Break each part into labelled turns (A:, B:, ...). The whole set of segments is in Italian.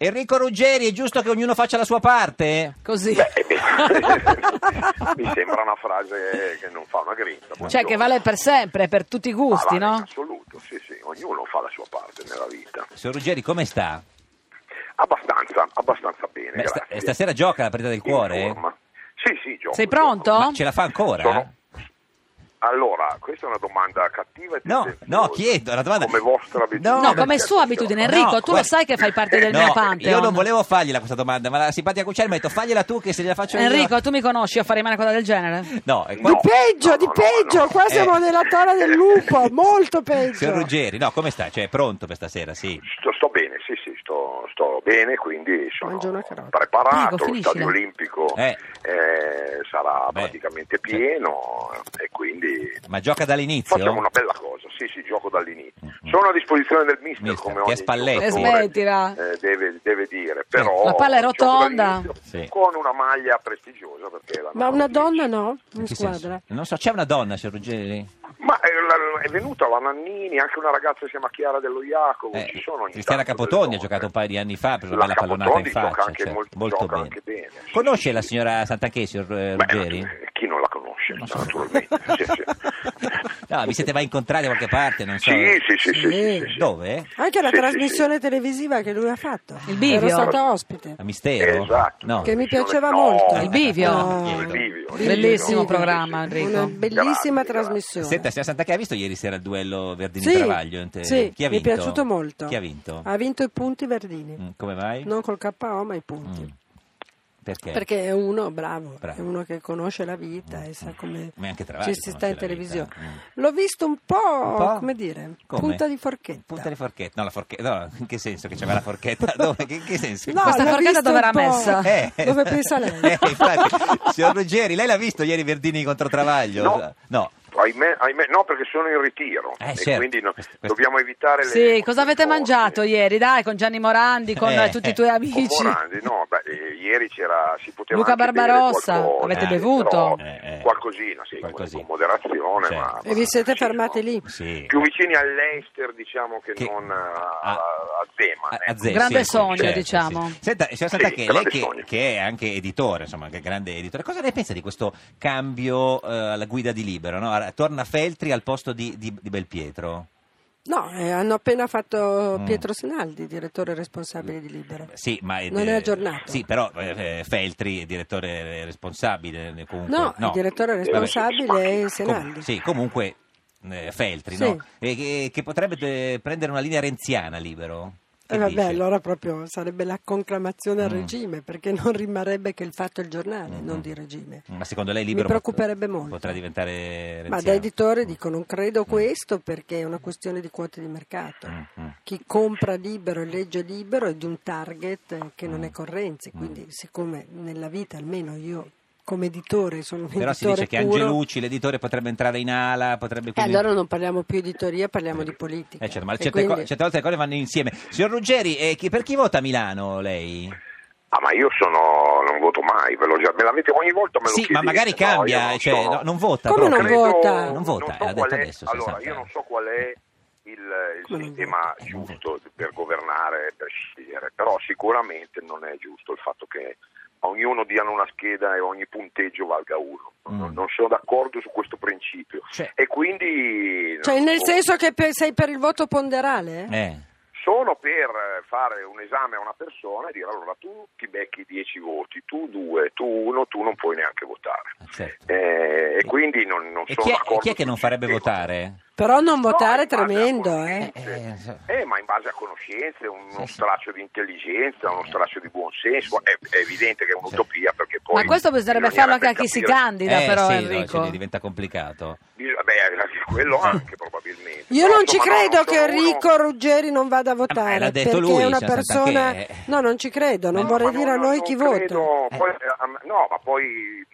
A: Enrico Ruggeri, è giusto che ognuno faccia la sua parte?
B: Così.
C: Eh, beh, mi sembra una frase che non fa una grinta.
B: Cioè che vale per sempre, per tutti i gusti,
C: Ah, vale, in
B: no?
C: assoluto, sì, sì, ognuno fa la sua parte nella vita.
A: Signor Ruggeri, come sta?
C: Abbastanza, abbastanza bene,
A: Beh, sta-
C: grazie.
A: stasera gioca la partita del
C: In
A: cuore? eh?
C: forma. Sì, sì, gioco.
B: Sei
C: gioco.
B: pronto?
A: Ma ce la fa ancora?
C: Sono- Allora, questa è una domanda cattiva e
A: No,
C: tendenziosa.
A: no, chiedo la domanda.
C: Come vostra abitudine.
A: No,
B: No,
A: non
B: come
A: c'è
B: sua abitudine, Enrico,
A: No,
B: tu lo
A: guarda-
B: sai che fai parte del
A: No,
B: mio pantheon.
A: io non volevo fargliela questa domanda, ma la simpatica Cucciari mi ha detto fagliela tu che se gliela faccio
B: Enrico,
A: io.
B: tu mi conosci, io farei mai una cosa del genere?
A: No, è qua-
C: No.
D: Di peggio,
C: No,
D: di
C: no,
D: peggio,
C: no, no.
D: qua
A: Eh.
D: siamo nella tana del lupo, molto peggio.
A: Signor Ruggeri, no, come sta? Cioè, è pronto per stasera, sì.
C: Sto, sto bene, sì, sì, sto, sto bene, quindi sono
D: Mangia una carota.
C: preparato.
B: Prego,
C: Lo
B: finiscila.
C: stadio olimpico
A: Eh.
C: eh, sarà
A: Beh,
C: praticamente
A: sì.
C: pieno eh, e quindi
A: Ma gioca dall'inizio?
C: facciamo una bella cosa. Sì, sì, gioco dall'inizio.
A: Mhm.
C: Sono a disposizione del mister,
A: Mister,
C: come
A: che
C: ogni
A: è Spalletti.
C: giocatore,
B: Eh, smettila.
C: eh, deve, deve dire, però
B: La palla è
C: gioco
B: rotonda.
C: dall'inizio
A: Sì.
C: con una maglia prestigiosa perché la
D: Ma
C: numero
D: una
C: 10.
D: donna no, in
A: In che
D: squadra.
A: senso? Non so, c'è una donna, signor Ruggeri?
C: Ma eh, la- è venuta la Nannini, anche una ragazza che si chiama Chiara dello Jacovo,
A: Eh,
C: ci sono ogni
A: Cristiana
C: tanto
A: Capotoni
C: delle
A: ha giocato un
C: donne.
A: paio di anni fa, ha preso una
C: La
A: bella pallonata in
C: Capotoni gioca
A: faccia.
C: anche
A: cioè,
C: molto-
A: molto
C: gioca
A: bene.
C: anche bene, sì,
A: Conosce
C: sì,
A: la
C: sì.
A: signora Santanchè, signor eh,
C: Beh,
A: Ruggeri?
C: chi non la conosce, naturalmente. sì, sì.
A: no, vi siete mai incontrati da qualche parte, non so.
C: Sì, sì, sì, sì, sì, sì, sì.
A: Dove?
D: Anche la
C: Sì, sì,
D: trasmissione televisiva che lui ha fatto.
B: Il bivio.
D: Ero stata ospite.
A: A Mistero?
C: Esatto.
A: No.
D: Che mi piaceva
C: Eh, No.
D: molto.
B: Il bivio.
D: No.
C: Il bivio.
B: Bellissimo
D: Sì,
B: programma,
C: sì,
B: Enrico.
D: Una bellissima
C: Grazie,
D: trasmissione.
A: Senta, signora Santanchè, ha visto ieri sera il duello
D: Sì,
A: Verdini-Travaglio?
C: eh,
A: in te-
D: sì,
A: Chi ha
D: mi è
A: vinto?
D: piaciuto molto.
A: Chi ha vinto?
D: Ha vinto i punti Verdini.
A: Mm, Come mai?
D: Non col KO, ma i punti.
A: Mm. Perché?
D: Perché è uno bravo,
A: Bravo. Mm.
D: è uno che conosce la vita e sa come
A: Ma anche Travaglio
D: ci si sta
A: conosce
D: in
A: la vita.
D: televisione. L'ho visto un po',
A: Un po'?
D: come dire,
A: Come?
D: punta di forchetta.
A: Punta di forchetta, no, la forchetta, no, in che senso che c'aveva la forchetta? Dove? Che, in che senso?
D: No,
B: Questa
D: l'ho
B: forchetta
D: visto
B: dove
D: un
B: l'ha
D: po'.
B: messa?
A: Eh.
D: Dove pensa lei?
A: Eh, infatti, signor Ruggeri, lei l'ha visto ieri Verdini contro Travaglio?
C: No.
A: No.
C: Ahimè, ahimè, no, perché sono in ritiro
A: Eh,
C: e
A: certo.
C: quindi no-
A: Questo- questo-
C: dobbiamo evitare le
B: Sì, cosa avete
C: forti.
B: mangiato ieri? Dai, con Gianni Morandi, con
A: Eh,
B: eh, tutti i tuoi
C: Con
B: amici.
C: Morandi, no, beh, eh, ieri c'era, si poteva
B: Luca
C: anche bere
B: Barbarossa,
C: qualcosa,
B: avete
C: sì,
B: bevuto?
C: però
A: Eh, eh.
C: Qualcosina, sì,
A: Qualcosina.
C: con moderazione.
A: Certo.
C: ma-
D: E vi siete
C: sì, no.
D: fermati lì?
A: Sì.
C: Più vicini all'Ester, diciamo, che,
A: Che-
C: non a,
A: a-
C: a Zeman.
A: A- a
C: ecco.
A: Zè, sì,
B: Grande sogno,
A: certo,
B: diciamo.
A: sì. Senta, signora Santanchè,
C: grande
A: lei che,
C: sogno.
A: che è anche editore, insomma, anche grande editore, cosa ne pensa di questo cambio eh, alla guida di Libero? no? Ar- Torna Feltri al posto di, di, di Belpietro?
D: No, eh, hanno appena fatto
A: Mm.
D: Pietro Sinaldi, direttore responsabile di Libero.
A: Sì, ma
D: Non è aggiornato.
A: Sì, però eh, eh, Feltri è direttore responsabile eh, comunque.
D: No, il direttore responsabile è Sinaldi.
A: Com- sì, comunque eh, Feltri,
D: Sì.
A: no? E che, che potrebbe eh, prendere una linea renziana libero. Che
D: E Eh, vabbè,
A: dice?
D: allora proprio sarebbe la conclamazione al
A: Mm.
D: regime, perché non rimarrebbe che il fatto è il giornale,
A: Mm.
D: non di regime.
A: Ma secondo lei libero
D: Mi preoccuperebbe molto.
A: potrà diventare renziano?
D: Ma da editore
A: Mm.
D: dico non credo questo perché è una questione di quote di mercato.
A: Mm, mm.
D: Chi compra libero e legge libero è di un target che
A: Mm.
D: non è Correnzi, quindi siccome nella vita almeno io come editore sono un
A: Però si
D: editore
A: dice che
D: puro,
A: Angelucci, l'editore, potrebbe entrare in ala, potrebbe
D: e
A: quindi...
D: Eh, allora non parliamo più di editoria, parliamo di politica.
A: Eh, certo, ma
D: E
A: certe,
D: quindi-
A: co- certe volte le cose vanno insieme. Signor Ruggeri, eh, chi- per chi vota a Milano lei?
C: Ah, ma io sono, non voto mai, ve l'ho già, me l'avete ogni volta me lo
A: Sì,
C: chiedete,
A: ma magari
C: no,
A: cambia,
C: io non
A: cioè,
C: sono-
A: no, non vota. proprio.
D: Come non Credo- vota?
A: Non vota,
C: so
A: l'ha detto
C: qual è-
A: adesso, sì,
C: Allora,
A: esatto.
C: io non so qual è il, il
D: Come non
C: sistema
A: vota?
C: giusto per governare, per scegliere, però sicuramente non è giusto il fatto che a ognuno diano una scheda e ogni punteggio valga uno. Non,
A: Mm.
C: non sono d'accordo su questo principio.
A: Cioè-
C: E quindi...
D: Cioè,
C: non
D: nel
C: so,
D: senso che pe- sei per il voto ponderale? eh?
A: Eh.
C: Sono per eh, fare un esame a una persona e dire allora tu ti becchi 10 voti, tu 2, tu 1, tu non puoi neanche votare.
A: Ah, certo.
C: Eh, e quindi non, non
A: E
C: sono
A: chi è, e
C: d'accordo
A: chi è che
C: sul
A: non farebbe
C: sistema.
A: votare?
D: Però non
C: No,
D: votare è
C: in base a
D: tremendo, eh.
C: conoscenze.
A: Eh, so-
C: Eh, ma in base a conoscenze,
A: Sì,
C: uno
A: sì. Eh.
C: straccio di intelligenza, uno straccio di buonsenso, è, è evidente che è un'utopia perché poi...
B: Ma questo bisognerebbe farlo anche a chi si
C: cambia
B: candida,
A: Eh,
B: però,
A: sì, no,
B: Enrico.
A: cioè, diventa complicato.
C: Beh, quello anche probabilmente.
D: Io
C: Però,
D: non ci
C: insomma, no,
D: credo
C: non
D: che
C: sono uno-
D: Enrico Ruggeri non vada a
A: Ah,
D: votare
A: eh, l'ha detto
D: perché
A: lui,
D: è una
A: signor
D: persona.
A: Santanchè.
D: No, non ci credo, non
A: Eh,
D: vorrei
C: Ma
D: dire a
C: non-
D: noi
C: non
D: chi
C: credo-
D: vota.
C: poi, a- no, ma poi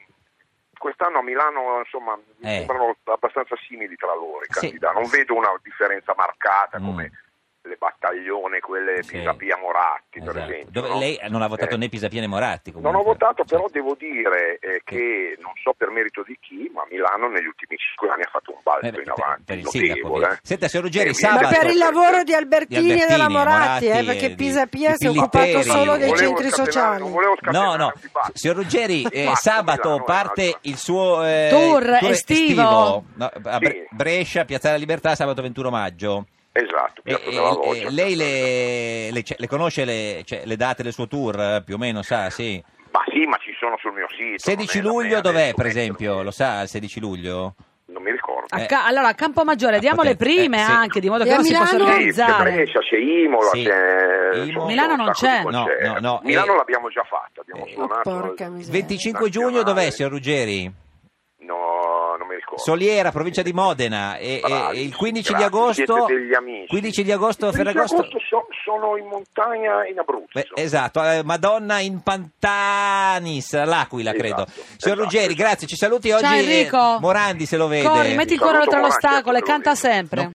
C: quest'anno a Milano insomma mi
A: Eh.
C: sembrano abbastanza simili tra loro i
A: Sì.
C: candidati. Non vedo una differenza marcata
A: Mm.
C: come le battaglione, quelle
A: Sì.
C: Pisapia Moratti, per
A: Esatto.
C: esempio.
A: Dove
C: no?
A: lei non ha votato
C: Eh,
A: né Pisapia né Moratti.
C: Non
A: comunque. Cioè,
C: ho votato, però
A: Sì.
C: devo dire eh, che non so per merito di chi, ma Milano negli ultimi cinque anni ha fatto un balzo
A: Eh, beh,
C: in avanti.
A: per il sindaco,
C: notevole,
A: ovviamente.
C: eh.
A: Senta, signor Ruggeri,
C: Eh,
A: sabato-
D: Ma per il lavoro di
A: Di
D: Albertini, e della Moratti, eh, perché
A: di-
D: Pisa Pia
A: di
D: si è occupato
A: Pillitteri.
D: solo dei
C: Volevo
D: centri
C: scatenare-
D: sociali.
C: non volevo
A: No,
C: scatenare
A: no,
C: un dibattito.
A: signor Ruggeri, eh,
C: Fatto
A: sabato
C: Milano è
A: parte
C: un'altra.
A: il suo eh,
B: Tour estivo.
A: No, a Bre-
C: Sì.
A: Brescia, Piazzale della Libertà, sabato 21 maggio.
C: Esatto,
A: E-
C: Piazza
A: e-
C: della
A: e
C: Loggia.
A: lei le, le- cioè, le conosce le, cioè, le date del suo tour, eh, più o meno, sa, sì?
C: Ma sì, ma ci sono sul mio sito.
A: 16
C: non è da me
A: luglio dov'è,
C: adesso
A: per
C: mettermi-
A: esempio? Lo sa il 16 luglio?
C: Non mi ricordo.
B: A
A: Eh.
B: Ca- allora, a Campomaggiore
A: Ah,
B: diamo le
A: potete-
B: prime
A: eh, sì.
B: anche, di modo
D: E
B: che
D: a
B: uno si possa
D: Milano?
C: Sì, c'è
B: organizzare.
C: Brescia, c'è Imola,
A: Sì.
C: c'è...
A: Imola.
C: insomma,
B: Milano
C: c'è un
B: non
C: sacco di
B: c'è.
A: No,
C: concerti.
A: no, no,
C: Milano
A: eh,
C: l'abbiamo già fatta, abbiamo
A: eh,
D: Oh,
C: suonato...
D: porca miseria.
A: 25 giugno dov'è, signor Ruggeri?
C: No, non mi ricordo.
A: Soliera, provincia di Modena, e,
C: Bravi,
A: e- e eh, il 15 di
C: grazie,
A: agosto,
C: siete degli amici.
A: 15 di agosto,
C: Il 15
A: Ferragosto.
C: agosto so- sono in montagna in Abruzzo.
A: Beh, esatto, eh, Madonna in Pantanis, l'Aquila
C: Esatto,
A: credo. Signor
C: esatto.
A: Ruggeri, grazie, ci saluti oggi.
B: Ciao
A: eh,
B: Enrico.
A: Morandi se lo vede.
B: Corri, metti il
C: Saluto
B: cuore oltre
C: Morandi,
B: l'ostacolo e
C: anche per lui.
B: canta sempre.
A: No.